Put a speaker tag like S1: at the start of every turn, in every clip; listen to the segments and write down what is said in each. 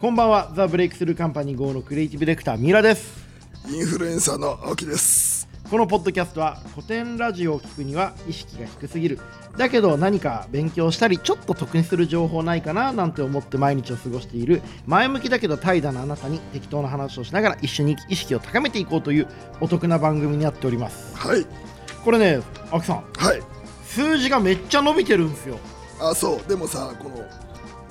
S1: こんばんはザ・ブレイクスルーカンパニー号のクリエイティブディレクター三浦です
S2: インフルエンサーの青木です。
S1: このポッドキャストは古典ラジオを聞くには意識が低すぎるだけど何か勉強したりちょっと得にする情報ないかななんて思って毎日を過ごしている前向きだけど怠惰なあなたに適当な話をしながら一緒に意識を高めていこうというお得な番組になっております
S2: はい。
S1: これね青木さん
S2: はい。
S1: 数字がめっちゃ伸びてるんですよ
S2: あ、そう。でもさ、この、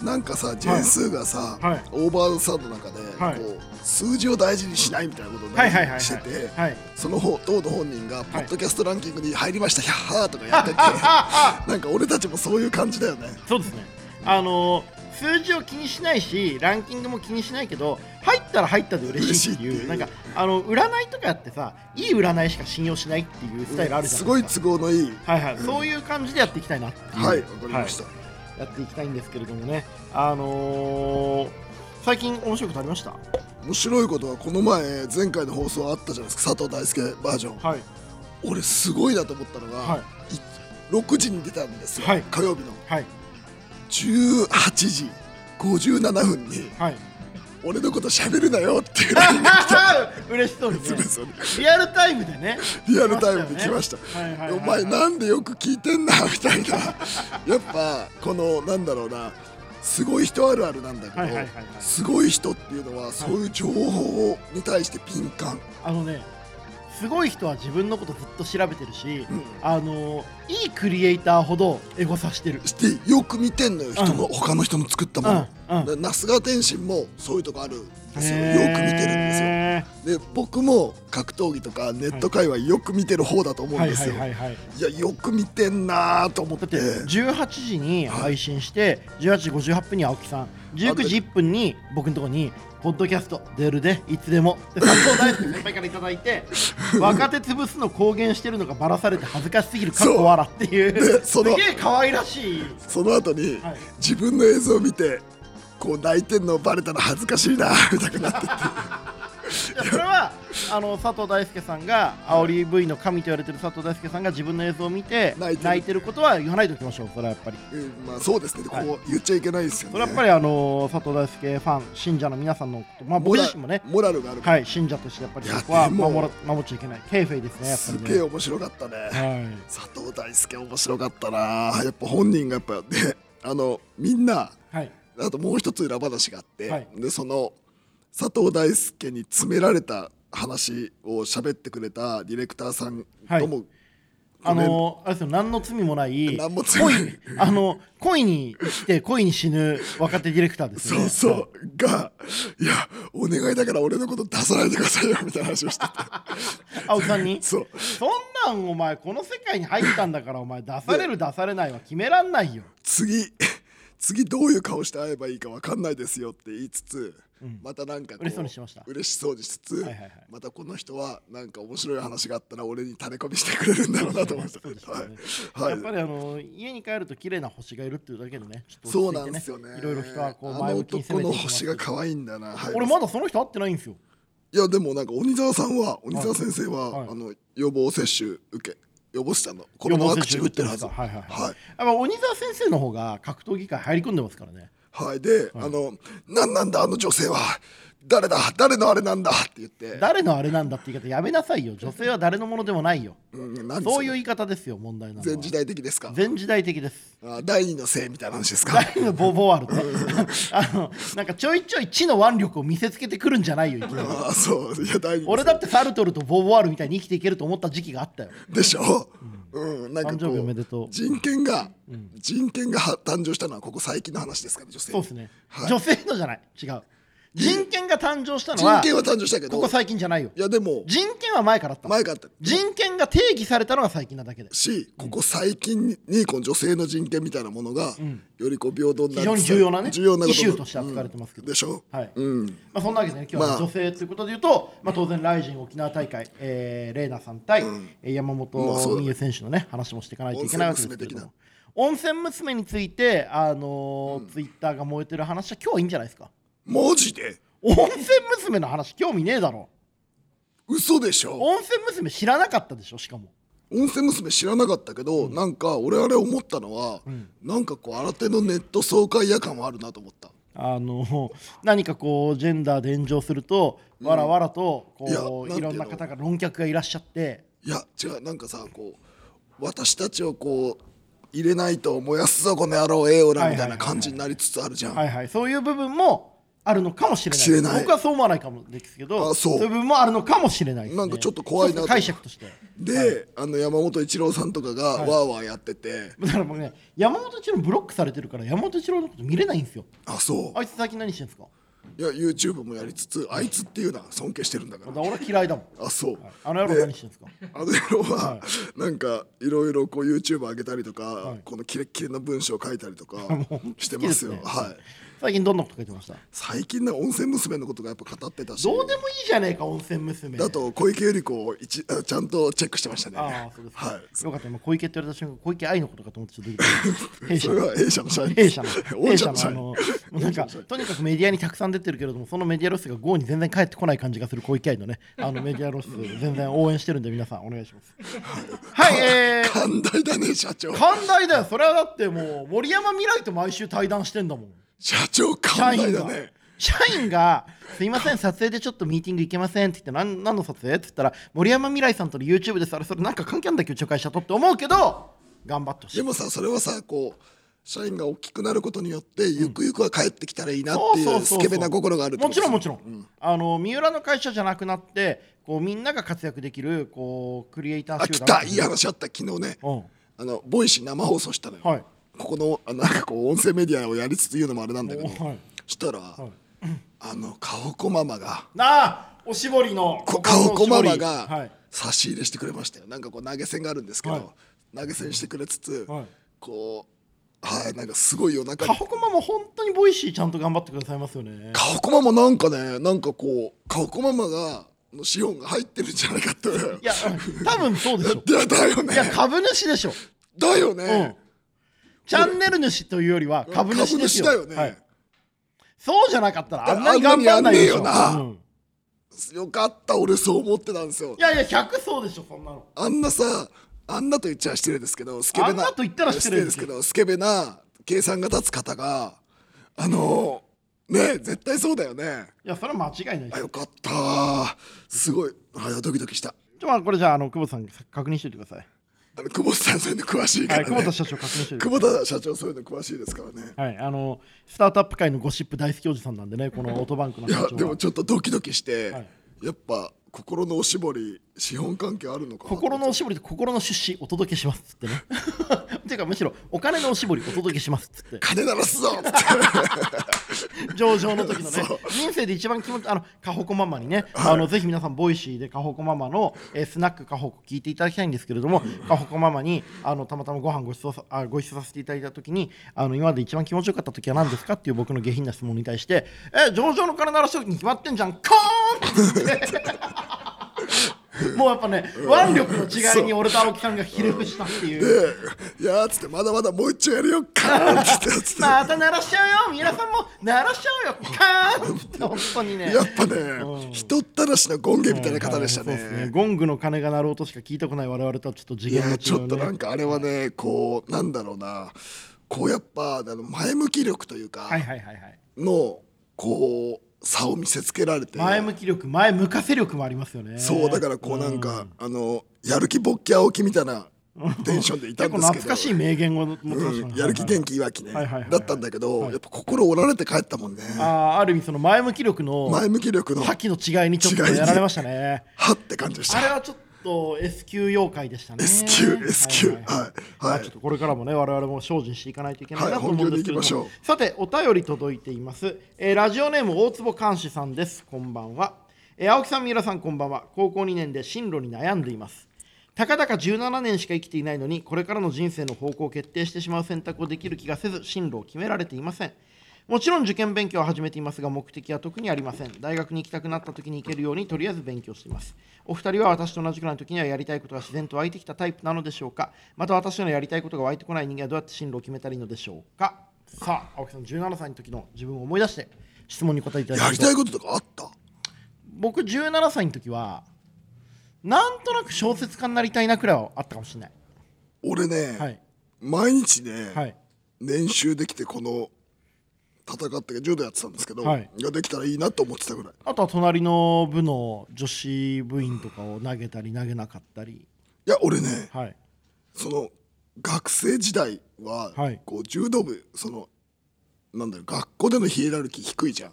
S2: なんかさ、ジェンスーがさ、
S1: はい
S2: オーバーザサードの中で、
S1: はい
S2: こう、数字を大事にしないみたいなことを大事にしてて、
S1: はい
S2: その方、当の本人が、ポッドキャストランキングに入りました、ヒャッハーとかやってて、
S1: あ
S2: なんか俺たちもそういう感じだよね。
S1: そうですねあのー数字を気にしないしランキングも気にしないけど入ったら入ったで嬉しいっていう
S2: 嬉しいっていう
S1: なんかあの占いとかやってさいい占いしか信用しないっていうスタイルあるじゃ
S2: す
S1: な
S2: ご
S1: い
S2: い
S1: ですか、
S2: 都合のいい。
S1: はいはい、そういう感じでやっていきたいなっていう
S2: はい、わかりました。
S1: はいやっていきたいんですけれどもねあのー最近面白いことありました
S2: 面白いことは、この前、前回の放送あったじゃないですか、佐藤大輔バージョン。
S1: はい
S2: 俺、すごいなと思ったのが、
S1: はい
S2: い6時に出たんですよ、
S1: はい
S2: 火曜日の。
S1: はい
S2: 18時57分に
S1: はい
S2: 「俺のこと喋るなよ」っていう LINE が来た
S1: 嬉しそうにね
S2: そうですよね
S1: リアルタイムでね
S2: リアルタイムで来ました
S1: 来ましたよねはいはいはい
S2: お前なんでよく聞いてんなみたいなやっぱこのなんだろうなすごい人あるあるなんだけど、
S1: はいはいはいはい
S2: すごい人っていうのはそういう情報に対して敏感、
S1: あのねすごい人は自分のことずっと調べてるし、
S2: うん
S1: あのいいクリエイターほどエゴさしてる
S2: してよく見てんのよ人の、
S1: うん
S2: 他の人の作ったもの、
S1: うんうん
S2: で那須川天心もそういうとこあるんですよよ
S1: へー
S2: く見てるんですよで僕も格闘技とかネット界はよく見てる方だと思うん
S1: はい
S2: で
S1: はい
S2: すよ。
S1: はいいはい
S2: やよく見てんなーと思っ
S1: だ
S2: て
S1: って18時に配信して、18時58分に青木さん19時1分に僕のとこに「ポッドキャスト出るでいつでも」で佐藤大輔先輩からいただい て若手潰すの公言してるのがばらされて恥ずかしすぎるかっこ笑っていう
S2: ねその
S1: すげえ可愛らしい
S2: その後に、
S1: はい
S2: 自分の映像を見てこう泣いてんのバレたら恥ずかしいなーみたいになってて
S1: いやそれはあの佐藤大輔さんが煽り V の神と言われてる佐藤大輔さんが自分の映像を見て
S2: 泣いてる
S1: 泣いてることは言わないときましょうそれはやっぱり
S2: うんまあそうですねこ
S1: はいう
S2: 言っちゃいけないですよ
S1: そ
S2: ね。
S1: れはやっぱりあの佐藤大輔ファン信者の皆さんのことまあ僕自身もね
S2: モラルがあるから、
S1: はい信者としてやっぱり
S2: いや
S1: そこは
S2: でも
S1: 守ら守っちゃいけないケイフェイですねやっぱ
S2: す
S1: り
S2: げえ
S1: ね
S2: 面白かったね。
S1: はい
S2: 佐藤大輔面白かったなーやっぱ本人がやっぱねあのみんな
S1: はい
S2: あともう一つ裏話があって、
S1: はい
S2: でその佐藤大輔に詰められた話を喋ってくれたディレクターさんとも、
S1: あのあれですよ何の罪もない
S2: 何も罪もない
S1: 恋あの恋に生きて恋に死ぬ若手ディレクターですよ
S2: そ
S1: ね
S2: うそうが「いやお願いだから俺のこと出さないでくださいよ」みたいな話 をしてて
S1: 青木さんに
S2: そう
S1: そんなんお前この世界に入ったんだからお前出される出されないは決めらんないよ。
S2: 次次どういう顔して会えばいいか分かんないですよって言いつつ、またなんかこ
S1: 嬉しそうにしてました
S2: 嬉しそうにしつつ、
S1: いはいはい
S2: またこの人はなんか面白い話があったら俺にタレコミしてくれるんだろうなと思ってた、
S1: そうでしょうね
S2: はい、
S1: やっ
S2: はい
S1: ぱりあの家に帰ると綺麗な星がいるっていうだけでねちょっと
S2: そう
S1: 落ち着い
S2: な
S1: て
S2: んですよね。
S1: いろいろ人はこう
S2: あ
S1: 前
S2: の
S1: 向きに攻
S2: 男
S1: めて
S2: の
S1: いきます
S2: 星
S1: けど
S2: が可愛いんだな。はい
S1: 俺まだその人会ってないんですよ
S2: いやでもなんか鬼沢さんは鬼沢先生は、
S1: はい
S2: あの予防接種受け予防したのコロナワクチン打ってるはず。
S1: 予防接種打ってるんですかはいはいはいや
S2: はい
S1: っぱ鬼沢先生の方が格闘技界入り込んでますからね
S2: はいで、あのなんなんだあの女性は誰だ誰のあれなんだって言って。
S1: 誰のあれなんだって言い方やめなさいよ女性は誰のものでもないよ
S2: うん、なんです
S1: そういう
S2: う
S1: 言い方ですよ問題なのは
S2: 全時代的ですか。
S1: 全時代的です
S2: あ第二の性みたいな話ですか
S1: ラ。イムボーボーあるね あのなんかちょいちょい知の腕力を見せつけてくるんじゃないよいきなり
S2: あそういや第二の性
S1: 俺だってサルトルとボーボワールみたいに生きていけると思った時期があったよ
S2: でしょ。うん、なんかこ
S1: 誕生日おめでとう
S2: 人権が、人権がは誕生したのはここ最近の話ですかね女性
S1: そうですね、
S2: はい
S1: 女性のじゃない違う人権が誕生したのは
S2: 人権は誕生したけど
S1: ここ最近じゃないよ
S2: いやでも
S1: 人権は前からあった
S2: 前からあった
S1: 人権が定義されたのが最近なだけで
S2: しここ最近にこの女性の人権みたいなものが、よりこう平等にな
S1: 非常に重要なね
S2: 重要な
S1: イ
S2: こと
S1: シューとして扱われてますけど、
S2: でしょ
S1: はい
S2: うん
S1: まあ、そんなわけでね今日は
S2: まあ
S1: 女性ということで言うと、まあ、当然ライジン沖縄大会、えー、レイナさん対、えー山
S2: まあそう
S1: 本
S2: だ
S1: 美優選手のね話もしていかないといけないわけですけれども温泉娘についてあのーツイッターが燃えてる話は今日はいいんじゃないですか
S2: マジで
S1: 温泉娘の話興味ねえだろ
S2: 嘘でしょ
S1: 温泉娘知らなかったでしょしかも
S2: 温泉娘知らなかったけど、なんか俺あれ思ったのは、なんかこう新手のネット爽快夜感はあるなと思った
S1: あの何かこうジェンダーで炎上すると、
S2: うん
S1: わらわらとこ
S2: いうや
S1: いろんな
S2: な
S1: ん
S2: ていうの
S1: 方が論客がいらっしゃって
S2: いや違うなんかさこう私たちをこう入れないと燃やすぞこの野郎ええおらみたいな感じになりつつあるじゃん、
S1: はいはい、そういう部分もあるのかもしれない
S2: 知れない
S1: 僕はそう思わないかもですけど
S2: あそう
S1: いう部分もあるのかもしれないです、ね、
S2: なんかちょっと怖いなと
S1: 一つ解釈として
S2: で、あの山本一郎さんとかがわーわーやってて、
S1: だから僕ね山本一郎ブロックされてるから山本一郎のこと見れないんですよ
S2: あそう
S1: あいつ最近何してんですか
S2: いや YouTube もやりつつあいつっていうのは尊敬してるんだか
S1: だ
S2: ら
S1: から俺は嫌いだもん
S2: あそう
S1: あの野郎何してんですか
S2: あの野郎はなんかいろいろこう YouTube 上げたりとか、
S1: い
S2: このキレッキレの文章を書いたりとか
S1: もう
S2: してますよ
S1: 好きですね
S2: はい
S1: 最近どんなこと書いてました
S2: 最近ね温泉娘のことがやっぱ語ってたし
S1: どうでもいいじゃねえか温泉娘
S2: だと小池百合子を一あちゃんとチェックしてましたね
S1: ああそうですか、
S2: はい
S1: よかった今小池って言われた瞬間小池愛のことかと思ってちょっとドキ ドキし
S2: そ
S1: た
S2: れは A 社の社員
S1: 弊 社の
S2: A
S1: 弊社
S2: 社の
S1: の
S2: 社
S1: あ
S2: 員
S1: のもうなんかとにかくメディアにたくさん出てるけれどもそのメディアロスが GO に全然返ってこない感じがする小池愛のねあ のメディアロス全然応援してるんで皆さんお願いしますはいえー、
S2: 寛大だね社長
S1: 寛大だよそれはだってもう森山未来と毎週対談してんだもん
S2: 社長
S1: 社
S2: 寛大
S1: 員
S2: だ
S1: が
S2: ね
S1: 社員が「すいません撮影でちょっとミーティング行けません」って言って何「何の撮影?」って言ったら「森山未来さんとの YouTube ですあれそれなんか関係あるんだっけうちの会社と」って思うけど頑張ってほしい
S2: でもさそれはさこう社員が大きくなることによってゆくゆくは帰ってきたらいいなっていうスケベな心があるってこ
S1: も
S2: と
S1: ちろんも
S2: です
S1: ちろん、あの三浦の会社じゃなくなってこうみんなが活躍できるこうクリエイター
S2: あ
S1: 集
S2: 来
S1: 団
S2: たいい話あった昨日ね
S1: うん
S2: あのボイシー生放送したのよ、
S1: はい
S2: ここのあなんかこう音声メディアをやりつつ言うのもあれなんだけど、
S1: おはい
S2: そしたら、あのカオコママが
S1: なあおしぼりの
S2: こカオコママ
S1: は
S2: が
S1: い、
S2: 差し入れしてくれましたよなんかこう投げ銭があるんですけど、
S1: はい
S2: 投げ銭してくれつつ、
S1: はい
S2: こうはいなんかすごい夜中
S1: カ
S2: に
S1: ホコマも本当にボイシーちゃんと頑張ってくださいますよね
S2: カオコママなんかねなんかこうカオコママがの資本が入ってるんじゃないかってい
S1: いやうん多分そうで しょ
S2: やだよね
S1: いや株主でしょ
S2: だよ
S1: うん
S2: ね、、
S1: チャンネル主というよりは株主ですよ
S2: だよね、
S1: はい、そうじゃなかったらあんなに
S2: いやあん
S1: 頑
S2: なにや
S1: 張
S2: ん
S1: ん
S2: ね
S1: ない
S2: え
S1: でし
S2: よ
S1: ょ、うん
S2: なよかった俺そう思ってたんですよ
S1: いやいや100そうでしょそんなの
S2: あんなさあんなと言っちゃ失礼ですけどスケベな
S1: あんなと言ったら失礼
S2: で
S1: ですす
S2: け
S1: よ
S2: どスケベな計算が立つ方があのね絶対そうだよね
S1: いやそれは間違いないで
S2: あ
S1: す
S2: よかったすごいあドキドキした
S1: ちょまあこれじゃああの久保田さん確認しておいてください。
S2: あの久保田さんそういうの詳しいか
S1: は
S2: ら、
S1: い、
S2: ね
S1: 久保田社長確認しておいてくだ
S2: 久保田社長そういうの詳しいですからね
S1: さい。はい、あのスタートアップ界のゴシップ大好きおじさんなんでね、このオートバンクの
S2: い
S1: 社長
S2: や
S1: は
S2: でもちょっとドキドキして、
S1: はい
S2: やっぱ心のおしぼり資本関係あるのかな
S1: 心のおしぼりと心の出資お届けしますっつってね。っていうかむしろお金のおしぼりお届けしますっつって。
S2: 金鳴らすぞって
S1: 上場の時のね
S2: そう
S1: 人生で一番気持ちあのカホコママにね、あのぜひ皆さんボイシーでカホコママの、えースナックカホコ聞いていただきたいんですけれどもカホコママにあのたまたまご飯ごちそうさあご一緒させていただいた時にあの今まで一番気持ちよかった時は何ですかっていう僕の下品な質問に対して「え上場の金鳴らした時に決まってんじゃんコーン!」ってもうやっぱね腕力の違いに俺と青木さんがひれ伏したって いう。
S2: いやーっつってまだまだもう一丁やるよ かーんっつってやつって
S1: また鳴らしちゃうよ皆さんも鳴らしちゃうよカーンって本当にね
S2: やっぱね、人ったらしのゴンゲみたいな方でした
S1: はいはいそうです
S2: ね。
S1: ゴングの鐘が鳴る音しか聞いたことない我々とはちょっと
S2: い
S1: 次元
S2: や、ち
S1: の違
S2: ょ
S1: う、
S2: っ
S1: ね、
S2: となんかあれはね、こう、なんだろうな、こうやっぱ、あの前向き力というか
S1: は、いはいはいはい
S2: の、こう、差を見せつけられて、
S1: 前向き力前向かせ力もありますよね
S2: そう、だからこうなんか、あの、やる気ぼっきゃおきみたいなテンションでいた
S1: 結
S2: んで
S1: 構
S2: すけ
S1: 懐かしい
S2: ど、
S1: 名言を持ってました
S2: う
S1: ね
S2: んやる気元
S1: 気
S2: 気いわきね
S1: はいはいはい、
S2: だったんだけど、
S1: はい
S2: やっぱ心折られて帰ったもんね。
S1: ああある意味その前向き力の
S2: 前向き力の、
S1: 覇
S2: は
S1: 気の違いにちょっとやられましたね
S2: って感じでし
S1: あれ
S2: た。
S1: はちょっと S 級妖怪でしたね
S2: S 級、S 級、はい、
S1: ま
S2: は
S1: あ
S2: い
S1: ちょっ。とこれからもね我々も精進していかないといけない
S2: は
S1: ないと思うんですけれど
S2: 本業
S1: も、
S2: に行きま
S1: さてお便り届いています、えーラジオネーム大坪寛志さんですこんばんは、えー青木さん三浦さんこんばんは高校2年で進路に悩んでいますたかだか17年しか生きていないのにこれからの人生の方向を決定してしまう選択をできる気がせず進路を決められていませんもちろん受験勉強を始めていますが目的は特にありません大学に行きたくなった時に行けるようにとりあえず勉強していますお二人は私と同じくらいの時にはやりたいことが自然と湧いてきたタイプなのでしょうかまた私のやりたいことが湧いてこない人間はどうやって進路を決めたらいいのでしょうかさあ青木さん17歳の時の自分を思い出して質問に答えていただ
S2: や
S1: き
S2: り
S1: ま
S2: た
S1: す
S2: いこととかあった
S1: 僕17歳の時はなんとなく小説家になりたいなくらいはあったかもしれない
S2: 俺ね、
S1: はい
S2: 毎日ね、
S1: はい
S2: 練習できてこの戦って柔道やってたんですけど、
S1: はい
S2: いやできたらいいなと思ってたぐらい
S1: あとは隣の部の女子部員とかを投げたり投げなかったり
S2: いや俺ね
S1: はい
S2: その学生時代は、
S1: はい
S2: こう柔道部そのなんだろう学校でのヒエラルキー低いじゃん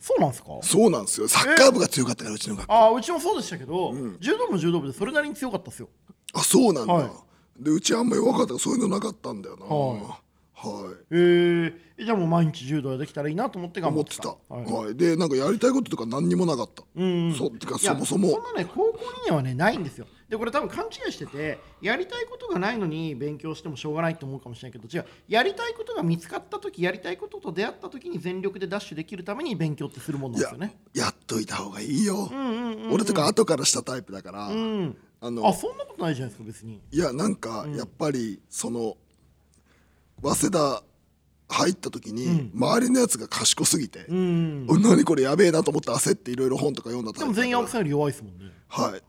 S1: そうなんですか
S2: そうなんですよサッカー部が強かったからうちの学校
S1: ああうちもそうでしたけど、柔道部も柔道部でそれなりに強かったですよ
S2: あそうなんだ、
S1: はい
S2: でうちあんま弱かったからそういうのなかったんだよな
S1: は
S2: はい
S1: えー、えじゃあもう毎日柔道できたらいいなと思って頑張
S2: 思
S1: っ
S2: ってて
S1: た
S2: た、
S1: はい
S2: はいでなんかやりたいこととか何にもなかった、
S1: ん
S2: そうてか
S1: いや
S2: そもそも
S1: んなね高校2年はねないんですよでこれ多分勘違いしててやりたいことがないのに勉強してもしょうがないと思うかもしれないけど違うやりたいことが見つかった時やりたいことと出会った時に全力でダッシュできるために勉強ってするもんなん
S2: い
S1: です
S2: や
S1: よね
S2: やっといた方がいいよ、
S1: うんうん
S2: 俺とか後からしたタイプだから、
S1: うん
S2: あ
S1: あ
S2: の
S1: そんなことないじゃないですか別に
S2: いやなんかやっぱりその早稲田入った時に周りのやつが賢すぎて
S1: う、ん
S2: お何これやべえなと思って焦っていろいろ本とか読んだタ
S1: で
S2: イ
S1: も
S2: プだから
S1: 全員青木さんより弱いですもんね
S2: はい、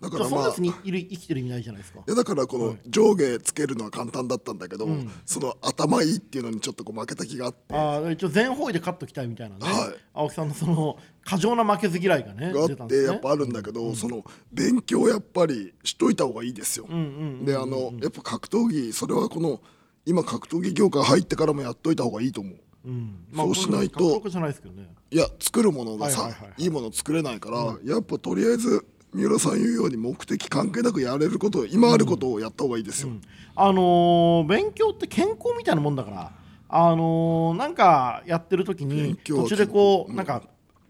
S2: だ
S1: じゃ
S2: か
S1: あ
S2: ら
S1: そん
S2: ま
S1: な
S2: あ
S1: やつにいる生きてる意味ないじゃないですか
S2: いやだからこの上下つけるのは簡単だったんだけど、その頭いいっていうのにちょっとこう負けた気があって
S1: あー一応全方位で勝っときたいみたいなね、
S2: はい
S1: 青木さんのその過剰な負けず嫌いがね
S2: があ
S1: 出た
S2: っ
S1: ん
S2: て
S1: です
S2: や
S1: ね
S2: っぱあるんだけど、その勉強やっぱりしといた方がいいですよ。であのやっぱ格闘技それはこの今格闘技業界入ってからもやっといた方がいいと思う。
S1: うん
S2: そうしないと
S1: これ格好じゃないですけどね
S2: いや作るものがさ、
S1: はい
S2: い
S1: はいはいはい
S2: いもの作れないから、やっぱとりあえず三浦さん言うように目的関係なくやれること今あることをやった方がいいですよ。
S1: あのー勉強って健康みたいなもんだから、あのーなんかやってる時に
S2: 勉強は
S1: 途中でこう、なんか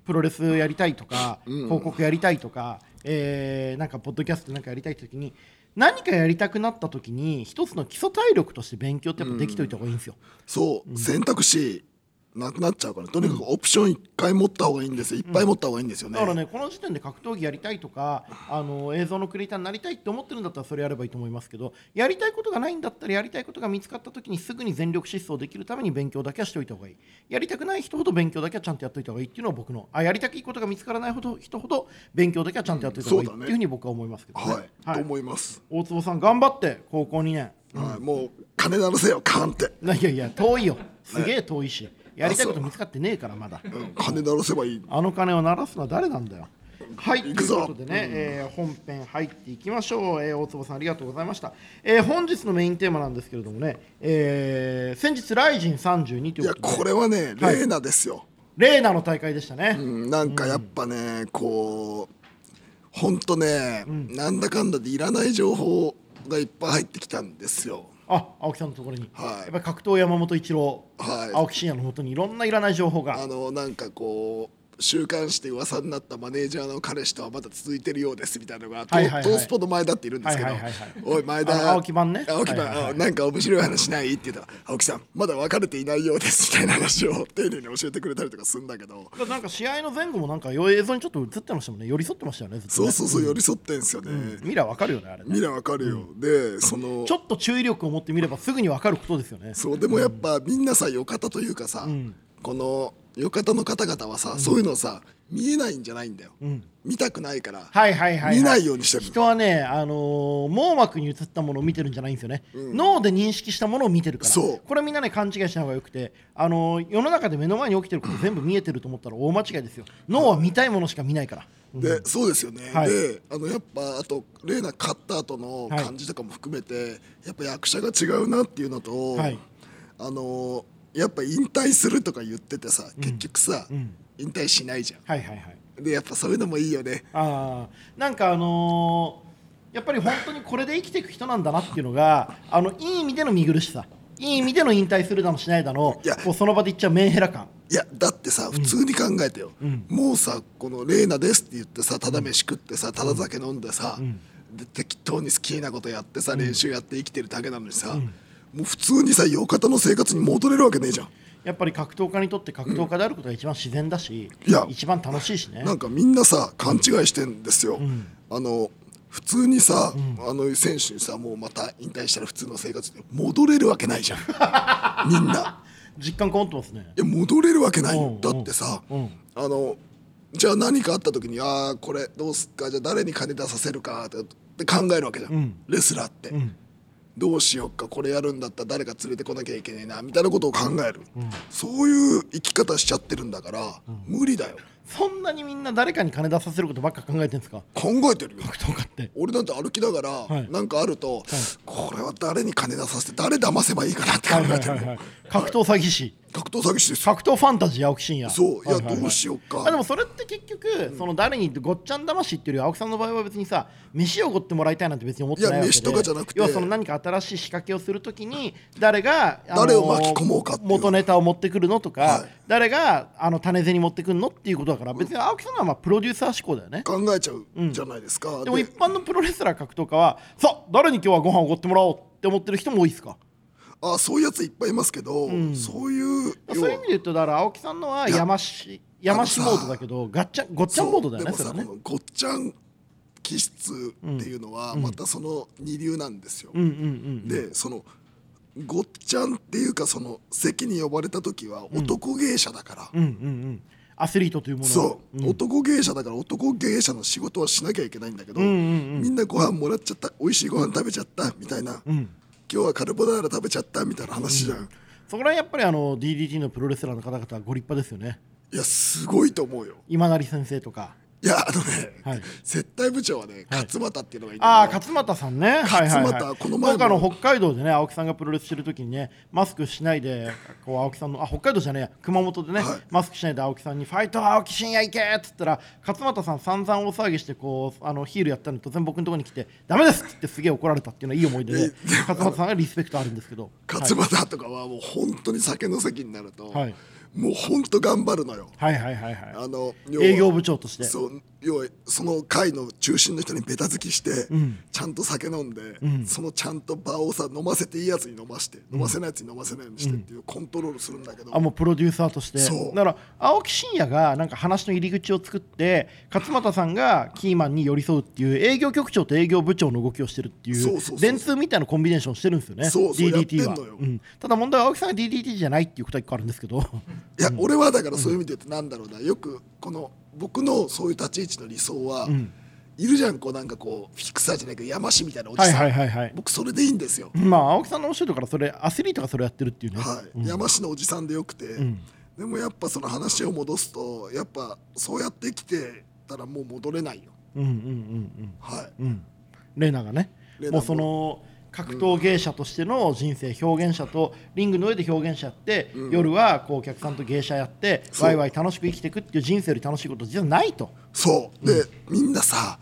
S1: プロレスやりたいとか、広告やりたいとか、えーなんかポッドキャストなんかやりたい時に何かやりたくなった時に一つの基礎体力として勉強ってやっぱできておいた方がいいんですよ。
S2: そう、選択肢なくなっちゃうからとにかくオプション1回持った方がいいんですよいっぱい持った方がいいんですよね。
S1: だからね、この時点で格闘技やりたいとか、あの映像のクリエイターになりたいって思ってるんだったらそれやればいいと思いますけど、やりたいことがないんだったら、やりたいことが見つかったときにすぐに全力疾走できるために勉強だけはしておいた方がいい。やりたくない人ほど勉強だけはちゃんとやっといた方がいいっていうのは僕の、あやりたいことが見つからないほど人ほど勉強だけはちゃんとやっといた方がいいっ
S2: うんそうだ
S1: てい
S2: ね
S1: うふうに僕は思いますけどね。
S2: はい、
S1: は
S2: と
S1: い
S2: 思います。
S1: 大坪さん、頑張って、高校2年。
S2: はい、もう金ならせよカーンって、
S1: いやいや、遠いよ。すげえ遠いし、やりたいこと見つかってねえから、まだ。
S2: うん、金ならせばいい。
S1: あの鐘を鳴らすのは誰なんだよ。はい、とい
S2: 行く
S1: う
S2: ぞ
S1: ことでね、えー本編入っていきましょう、えー大坪さんありがとうございました、えー本日のメインテーマなんですけれどもね、えー先日、ライジン32とい
S2: い
S1: う
S2: や
S1: ことで、
S2: これはね
S1: はい
S2: レーナですよ。
S1: レーナの大会でしたね、
S2: うん、なんかやっぱねこうほんとね、なんだかんだでいらない情報がいっぱい入ってきたんですよ。
S1: あ青木さんのところに、
S2: はい
S1: やっぱり格闘山本一郎、
S2: はい
S1: 青木真也のもとにいろんないらない情報が
S2: あ、のなんかこう週刊誌で噂になったマネージャーの彼氏とはまだ続いてるようですみたいなのが、ト
S1: はいはいはい
S2: トースポの前だっているんですけど、
S1: はいはいはいはい
S2: おい前
S1: あの
S2: 田
S1: 青木版ね
S2: 青木
S1: は
S2: 版、
S1: いはいはい
S2: あなんか面白い話ないって言ったら青木さんまだ別れていないようですみたいな話を丁寧に教えてくれたりとかするんだけど
S1: なんか試合の前後もなんか映像にちょっと映ってましたもんね、寄り添ってましたよね、ずっと
S2: そ
S1: ね、
S2: うそうそう寄り添ってんすよね、
S1: 見りゃ分かるよね、あれね。
S2: 見りゃわかるよ、でその
S1: ちょっと注意力を持ってみればすぐに分かることですよね。
S2: そうでもやっぱみんなさよかたというかさ、このよかたの方々はさ、そういうのさ見えないんじゃないんだよ、見たくないから、
S1: はいはいはい、はい、
S2: 見ないようにしてる
S1: 人はね、あのー網膜に映ったものを見てるんじゃないんですよね、脳で認識したものを見てるから
S2: そう
S1: これみんなね勘違いしない方がよくて、あのー世の中で目の前に起きてること全部見えてると思ったら大間違いですよ脳は見たいものしか見ないから、うん
S2: でそうですよね、
S1: はい
S2: であのやっぱあと玲奈勝った後の感じとかも含めて、やっぱ役者が違うなっていうのと、
S1: はい
S2: あのやっぱ引退するとか言っててさ結局さ、
S1: ん
S2: 引退しないじゃ
S1: はいはいはい
S2: んでやっぱそういうのもいいよね
S1: あーなんかあのーやっぱり本当にこれで生きていく人なんだなっていうのがあのいい意味での見苦しさいい意味での引退するだのしないだの
S2: いや
S1: こうその場で言っちゃうメンヘラ感
S2: いやだってさ普通に考えてよ、もうさこの「レーナです」って言ってさただ飯食ってさただ酒飲んでさ、で適当に好きなことやってさ練習やって生きてるだけなのにさ、もう普通にさよかたの生活に戻れるわけねえじゃん。
S1: やっぱり格闘家にとって格闘家であることが一番自然だし、
S2: いや
S1: 一番楽しいしね
S2: なんかみんなさ勘違いしてんですよ。あの普通にさ、あの選手にさもうまた引退したら普通の生活に戻れるわけないじゃんみんな。
S1: 実感こもってますね
S2: いや戻れるわけない
S1: うんう
S2: よ
S1: ん
S2: だってさ、
S1: うん
S2: あのじゃあ何かあった時にああこれどうすっかじゃあ誰に金出させるかってって考えるわけじゃん、レスラーって、どうしよっかこれやるんだったら誰か連れてこなきゃいけねえなみたいなことを考える、そういう生き方しちゃってるんだから、無理だよ
S1: そんなにみんな誰かに金出させることばっか考えてるんですか
S2: 考えてるよ
S1: とかって
S2: 俺なんて歩きながら、
S1: い
S2: なんかあると、これは誰に金出させて誰騙せばいいかなって考
S1: はいは
S2: え
S1: い
S2: てる
S1: は
S2: の、
S1: いはい格闘詐欺師
S2: 格闘詐欺師ですよ
S1: 格闘ファンタジー青木真也
S2: そういや
S1: ははは
S2: どうしようか
S1: あでもそれって結局その誰にごっちゃん魂っていうより青木さんの場合は別にさ飯をごってもらいたいなんて別に思ってないわけで
S2: いや飯とかじゃなくて
S1: 要はその何か新しい仕掛けをするときに誰があの
S2: 誰を巻き込もうかっていう
S1: 元ネタを持ってくるのとか、
S2: はい
S1: 誰があの種銭持ってくるのっていうことだから別に青木さんのはまあプロデューサー志向だよね
S2: 考えちゃうじゃないですか、
S1: でも
S2: で
S1: 一般のプロレスラー格闘家はさあ誰に今日はご飯をおごってもらおうって思ってる人も多いですか
S2: あそういうやついっぱいいますけど、そういう
S1: そういう意味で言うとだから青木さんのは山し山し
S2: あ
S1: モ
S2: のさ
S1: ードだけどガッチャごっちゃんモードだよね
S2: そう
S1: そ
S2: で
S1: れ
S2: も
S1: は
S2: さ
S1: ね
S2: このごっちゃん気質っていうのはまたその二流なんですよ、
S1: うんうんうん
S2: でそのごっちゃんっていうかその席に呼ばれた時は男芸者だから、
S1: うんうんうんアスリートというものは
S2: そう、男芸者だから男芸者の仕事はしなきゃいけないんだけど、
S1: うんうんうん
S2: みんなご飯もらっちゃった美味しいご飯食べちゃったみたいな、今日はカルボナーラ食べちゃったみたいな話じゃん、
S1: そこら辺やっぱりあの DDT のプロレスラーの方々はご立派ですよね
S2: いやすごいと思うよ
S1: 今成先生とか
S2: いやあのね、
S1: はい
S2: 接待部長はね勝俣っていうのがいいんだけど
S1: ああ勝俣さんねはいはい
S2: 勝
S1: は
S2: 俣
S1: い
S2: この前も
S1: 僕あの北海道でね青木さんがプロレスしてる時にねマスクしないでこう青木さんのあ北海道じゃねえや熊本でね、
S2: はい
S1: マスクしないで青木さんに「ファイト青木真也行け!」っつったら勝俣さん散々大騒ぎしてこうあのヒールやったのに突然僕のところに来て「ダメです!」って言ってすげえ怒られたっていうのはいい思い出で
S2: えでも
S1: 勝俣さんがリスペクトあるんですけど
S2: 勝俣とかはもう本当に酒の席になると、
S1: はい
S2: もう本当頑張るのよ。
S1: はいはいはいはい
S2: あの要は
S1: 営業部長として
S2: そう要はその会の中心の人にベタ付きして、ちゃんと酒飲んで、そのちゃんと場をさ飲ませていいやつに飲まして、飲ませないやつに飲ませないようにしてっていうコントロールするんだけど、
S1: あもうプロデューサーとして
S2: そう
S1: だから青木真也がなんか話の入り口を作って勝俣さんがキーマンに寄り添うっていう営業局長と営業部長の動きをしてるってい
S2: そうそう
S1: う
S2: そう
S1: 電通みたいなコンビネーションしてるんですよね
S2: そうそう
S1: DDT
S2: やっ
S1: は
S2: てんのよ
S1: うんただ問題は青木さんが DDT じゃないっていうことは一個あるん ですけど
S2: いや、俺はだからそういう意味で言うとなんだろうなよくこの僕のそういう立ち位置の理想は、いるじゃんこうなんかこうフィクサーじゃないけど山師みたいなおじ
S1: はい
S2: さん、
S1: はいはいはい
S2: 僕それでいいんですよ。
S1: まあ青木さんの面白いところからそれアスリートがそれやってるっていうね
S2: はい山師のおじさんでよくて、でもやっぱその話を戻すとやっぱそうやって生きてたらもう戻れないよ
S1: うんうんうんうん
S2: はい、
S1: うん、レナがね
S2: レナも
S1: もうその格闘芸者としての人生、表現者とリングの上で表現者やって、夜はこうお客さんと芸者やって
S2: そう
S1: ワイワイ楽しく生きていくっていう人生より楽しいこと実はないと
S2: そうで、みんなさ、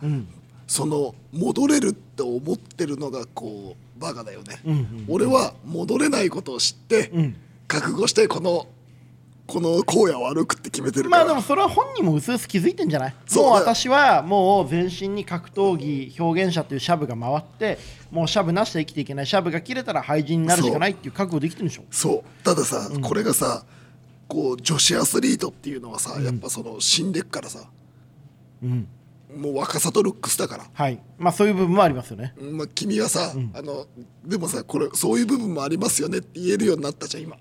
S2: その戻れるって思ってるのがこうバカだよね、俺は戻れないことを知って、覚悟してこのこの荒野を歩くって決めてるか
S1: まあ
S2: ら、
S1: でもそれは本人も薄々気づいてんじゃない
S2: そう
S1: もう
S2: だから
S1: 私はもう全身に格闘技表現者というシャブが回ってもうシャブなしで生きていけないシャブが切れたら廃人になるしかないっていう覚悟できてるんでしょ
S2: そうたださ、これがさこう女子アスリートっていうのはさ、やっぱその死んでくからさ、もう若さとルックスだから
S1: はいまあそういう部分もありますよね
S2: まあ、君はさ、あのでもさこれそういう部分もありますよねって言えるようになったじゃん今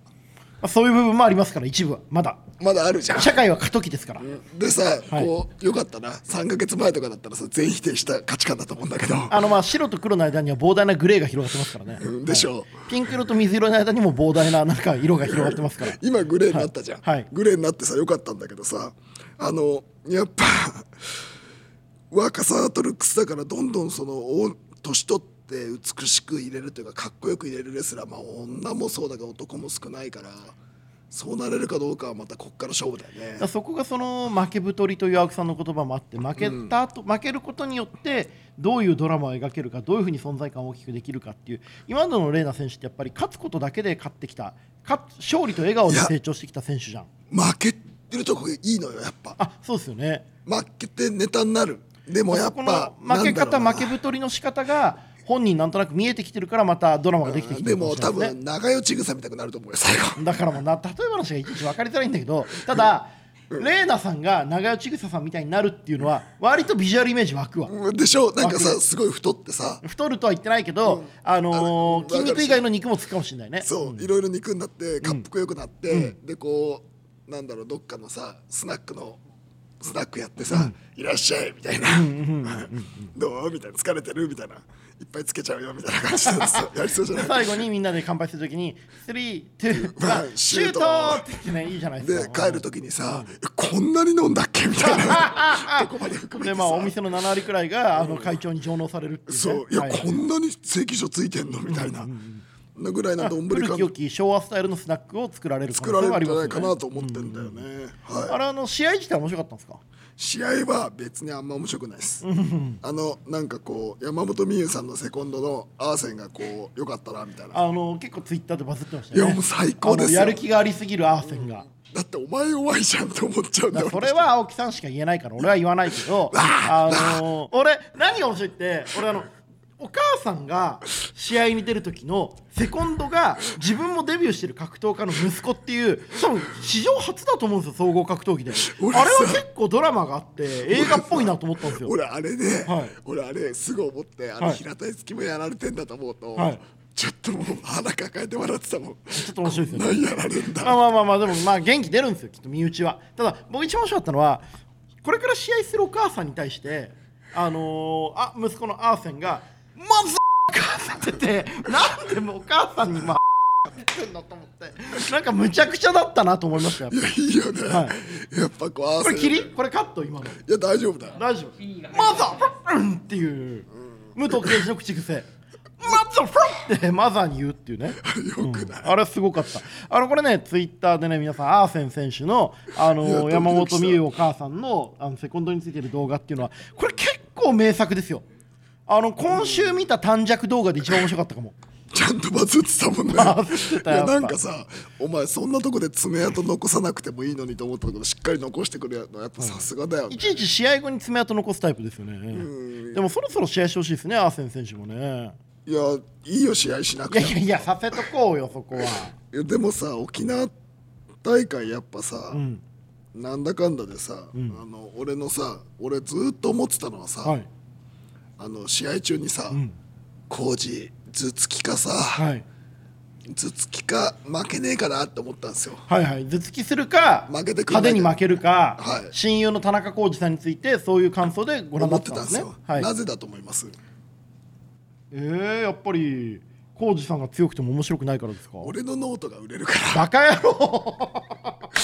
S1: まあそういう部分もありますから一部はまだ
S2: まだあるじゃん
S1: 社会は過渡期ですから
S2: でさ、
S1: はい
S2: こうよかったな3か月前とかだったらさ全否定した価値観だと思うんだけど
S1: あのまあ白と黒の間には膨大なグレーが広がってますからね。
S2: うんでしょう
S1: ピンク色と水色の間にも膨大ななんか色が広がってますから。
S2: 今グレーになったじゃん、
S1: はいはい
S2: グレーになってさよかったんだけどさあのやっぱ 若さとルックスだからどんどんそのお年取って美しく入れるというかかっこよく入れるレスラー、まあ、女もそうだが男も少ないからそうなれるかどうかはまたこっから勝負だよね。
S1: だからそこがその負け太りという青木さんの言葉もあって負けた後、負けることによってどういうドラマを描けるかどういうふうに存在感を大きくできるかっていう今のレーナ選手ってやっぱり勝つことだけで勝ってきた勝勝利と笑顔で成長してきた選手じゃん
S2: 負けてるとこいいのよやっぱ
S1: あそうですよね
S2: 負けてネタになるでもやっ
S1: この
S2: ぱ
S1: 負け方
S2: なんだろうな
S1: 負け太りの仕方が本人なんとなく見えてきてるからまたドラマができてきて
S2: で
S1: るか
S2: も
S1: しれな
S2: 多
S1: いですね
S2: 分長与千草みたくなると思うよ最後
S1: だからもうな例え話がいちいち分かりづらいんだけどただレーナさんが長与千草さんみたいになるっていうのは割とビジュアルイメージ湧くわ
S2: うんでしょなんかさすごい太ってさ
S1: 太るとは言ってないけど、あのー、筋肉以外の肉もつくかもしれないね
S2: そういろいろ肉になってかっぷくよくなってでこうなんだろうどっかのさスナックのスナックやってさ「いらっしゃい」みたいな「どう?」みたいな「疲れてる?」みたいな「いっぱいつけちゃうよ」みたいな感じなんですよやりそうじゃない
S1: 最後にみんなで乾杯するときに「スリー、ツー、
S2: まあ
S1: ワンシュート!」って言ってねいいじゃないです
S2: で
S1: か
S2: 帰る時にさ「えこんなに飲んだっけ?」みたいなどこまで含め
S1: で
S2: て
S1: まあお
S2: さ
S1: 店の7割くらいがあの会長に上納されるっていうね
S2: そういや
S1: は
S2: こんなに請求書ついてんのみたいななぐらいな丼
S1: 古き良
S2: 感
S1: き昭和スタイルのスナックを作られる可
S2: 作
S1: 能
S2: ら
S1: 性はあ
S2: れる
S1: り
S2: んじゃ
S1: ま
S2: な
S1: す
S2: いか
S1: よね
S2: なと思ってんだよね
S1: あ
S2: はい
S1: れあの試合自体は面白かったんですか
S2: 試合は別にあんま面白くないですあのなんかこう山本美優さんのセコンドのアーセンがこう良かったなみたいな
S1: あの結構ツイッターでバズってました
S2: い
S1: よね
S2: やもう最高です
S1: あ
S2: よ
S1: のやる気がありすぎるアーセンが、
S2: だってお前弱いじゃんって思っちゃうんだよ
S1: それは青木さんしか言えないから俺は言わないけ どあの俺何が面白いって俺あのお母さんが試合に出る時のセコンドが自分もデビューしてる格闘家の息子っていう多分史上初だと思うんですよ総合格闘技で
S2: 俺
S1: あ
S2: さ
S1: れは結構ドラマがあって映画っぽいなと思ったんですよ
S2: 俺あれね、
S1: はい
S2: 俺あれすぐ思ってあの
S1: はい
S2: 平田つきもやられてんだと思うと、
S1: はい
S2: ちょっともう腹抱えて笑ってたもん
S1: ちょっと面白いですよね
S2: 何やられんだ
S1: まあまあまあまあでもまあ元気出るんですよきっと身内はただ僕一番面白かったのはこれから試合するお母さんに対してあのーあ息子のアーセンが「まず母さん」って言ってなんでもお母さんに「まあ」 って言ってんだと思ってなんかむちゃくちゃだったなと思いましたよ
S2: いやいいよね、
S1: は
S2: やっぱこう合
S1: こ
S2: わせ
S1: れ
S2: る
S1: 切りこれカット今の
S2: いや大丈夫だよ
S1: 大丈夫まずはうんっていう武藤敬司の口 癖まずはフってマザーに言うっていうね
S2: よくない、
S1: あれすごかった。あのこれね、ツイッターでね、皆さん、アーセン選手の、あ
S2: いやドキド
S1: の
S2: キ
S1: 山本美優お母さんのあのセコンドについてる動画っていうのは、これ結構名作ですよ。あの今週見た短尺動画で一番面白かったかも。
S2: ちゃんとバズってたもんね
S1: バズってた
S2: い
S1: や
S2: や
S1: っぱ
S2: なんかさお前そんなとこで爪痕残さなくてもいいのにと思ったけどしっかり残してくれるのやっぱさすがだよ、ね
S1: いちいち試合後に爪痕残すタイプですよね。でもそろそろ試合してほしいですね、アーセン選手もね。
S2: いやいいよ試合しなく
S1: いや
S2: て
S1: いやいや、させとこうよ、そこは。
S2: いやでもさ沖縄大会やっぱさ、なんだかんだでさ、あの俺のさ俺ずーっと思ってたのはさ、
S1: はい。
S2: あの試合中にさ「浩、二、頭突きかさ、
S1: はい。
S2: 頭突きか負けねえかな」って思ったんですよ。
S1: はいはい、頭突きするか
S2: 負けてくれな
S1: 派手
S2: い
S1: に負けるか、
S2: はい
S1: 親友の田中浩二さんについてそういう感想でご覧にな
S2: 思っ
S1: っててた
S2: た
S1: ん
S2: ん
S1: で
S2: ですす
S1: ね
S2: よ。。
S1: はい、
S2: なぜだと思います
S1: えー、やっぱり浩二さんが強くても面白くないからですか
S2: 俺のノートが売れるから
S1: バカ野郎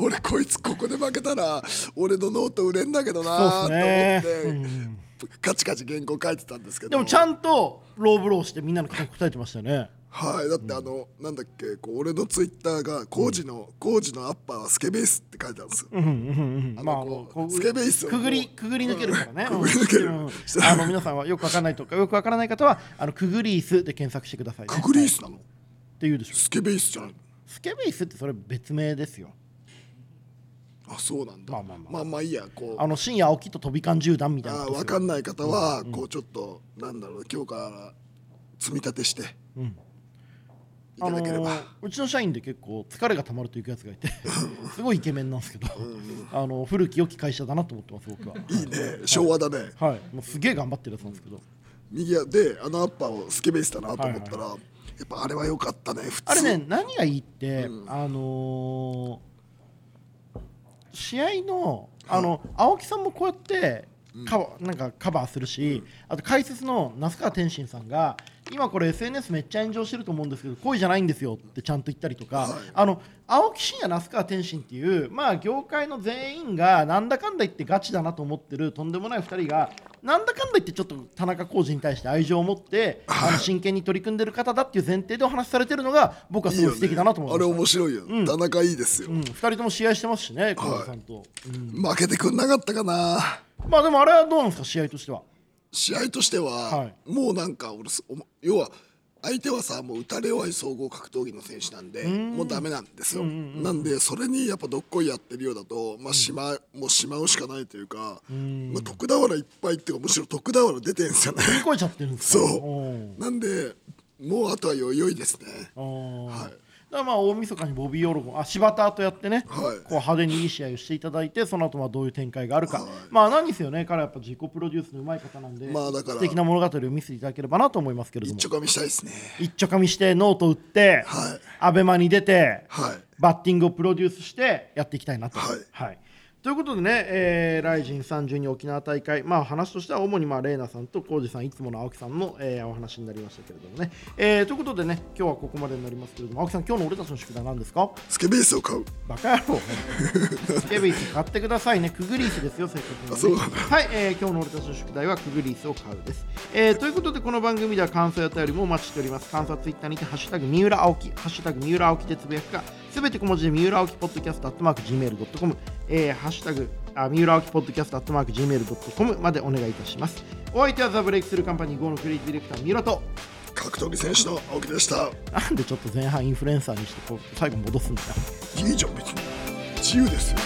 S2: 俺こいつここで負けたら俺のノート売れんだけどなー
S1: そうっす
S2: って
S1: ね
S2: 思って、カチカチ原稿書いてたんですけど
S1: でもちゃんとローブローしてみんなの期待に答えてましたよね
S2: はいだってあの、なんだっけこう俺のツイッターが工事の、工事のアッパーはスケベイスって書いてあるんですよ、あの
S1: まああの
S2: こう
S1: こう
S2: スケベイスを
S1: くぐりくぐり抜けるからね、うん
S2: くぐり抜ける
S1: うんあの皆さんはよくわからないとかよくわからない方はあのくぐりイスで検索してくださいね、
S2: くぐりイ
S1: っ
S2: スなの
S1: ていうでしょ
S2: スケベイスじゃない
S1: スケベイスってそれ別名ですよ
S2: あそうなんだ
S1: まあまあまあ
S2: まあまあいいやこう
S1: あの深夜起きと飛び交ん銃弾みたいな
S2: あ
S1: ことです
S2: 分
S1: よ
S2: かんない方は、こうちょっとなんだろう今日から積み立てして、い
S1: あ
S2: た
S1: の
S2: だければ、
S1: ーうちの社員で結構疲れがたまるというやつがい てすごいイケメンなんですけどあの古き良き会社だなと思ってます僕は。
S2: いいね昭和だね、
S1: はい、もうすげえ頑張ってるやつなんですけど
S2: 右やであのアッパーをスケベイスだなと思ったら、やっぱあれは良かったね普通
S1: あれね何がいいって、あのー試合のあの青木さんもこうやってカバ,、なんかカバーするし、あと解説の那須川天心さんが今これ SNS めっちゃ炎上してると思うんですけど恋じゃないんですよってちゃんと言ったりとか、あの青木真也那須川天心っていう、まあ、業界の全員がなんだかんだ言ってガチだなと思ってるとんでもない2人がなんだかんだ言ってちょっと田中浩二に対して愛情を持ってあの真剣に取り組んでる方だっていう前提でお話しされてるのが僕はすごい素敵だなと思
S2: あ
S1: い
S2: れ
S1: ました
S2: 面白いよ、田中いいですよ、
S1: うん、2人とも試合してますしね、浩二さんと、
S2: 負けてくんなかったかな
S1: うんまあでもあれはどうなんですか、試合としては。
S2: 試合としては、
S1: はい
S2: もうなんか俺すおも要は相手はさもう打たれ弱い総合格闘技の選手なんでもうダメなんですよ、なんでそれにやっぱどっこいやってるようだと、まあしまもうしまうしかないというか、まあ、徳俵いっぱいっていうかむしろ徳俵出てんすよね
S1: 聞こえちゃってるんですか
S2: そうなんでもうあとはよいよいですね
S1: おー
S2: はい
S1: だからまあ大晦日にボビー・オロゴンあ柴田とやってね、
S2: はい
S1: こう派手にいい試合をしていただいてその後まあどういう展開があるか、まあ何せよね彼はやっぱ自己プロデュースのうまい方なんで、
S2: まあだから
S1: 素敵な物語を見せていただければなと思いますけれども
S2: 一丁かみしたいですね
S1: 一丁かみしてノート打って、
S2: はい
S1: アベマに出て、
S2: はい
S1: バッティングをプロデュースしてやっていきたいなと、
S2: はい
S1: ということでね、えー、ライジン30に沖縄大会、まあ、話としては主にまあレイナさんと浩二さん、いつもの青木さんの、えー、お話になりましたけれどもね、えー。ということでね、今日はここまでになりますけれども、青木さん、今日の俺たちの宿題なんですか
S2: スケベースを買う。
S1: バカ野郎、スケベース買ってくださいね、クグリースですよ、せっかくなので
S2: あそうなんだ
S1: はい、えー、今日の俺たちの宿題はクグリースを買うです。えー、ということで、この番組では感想やお便りもお待ちしております。感想はツイッターにて、ハッシュタグ三浦青木、ハッシュタグ三浦青木でつぶやくか、すべて小文字で三浦青木ポッドキャストアットマーク Gmail.com、えー、ハッシュタグあ三浦青木ポッドキャストアットマーク Gmail.com までお願いいたします。お相手はザ・ブレイクスルーカンパニー GO のクリエイティブディレクター、三浦と。
S2: 格闘技選手の青木でした。
S1: なんでちょっと前半インフルエンサーにしてこう最後戻すんだよ。
S2: いいじゃん別に。自由ですよ。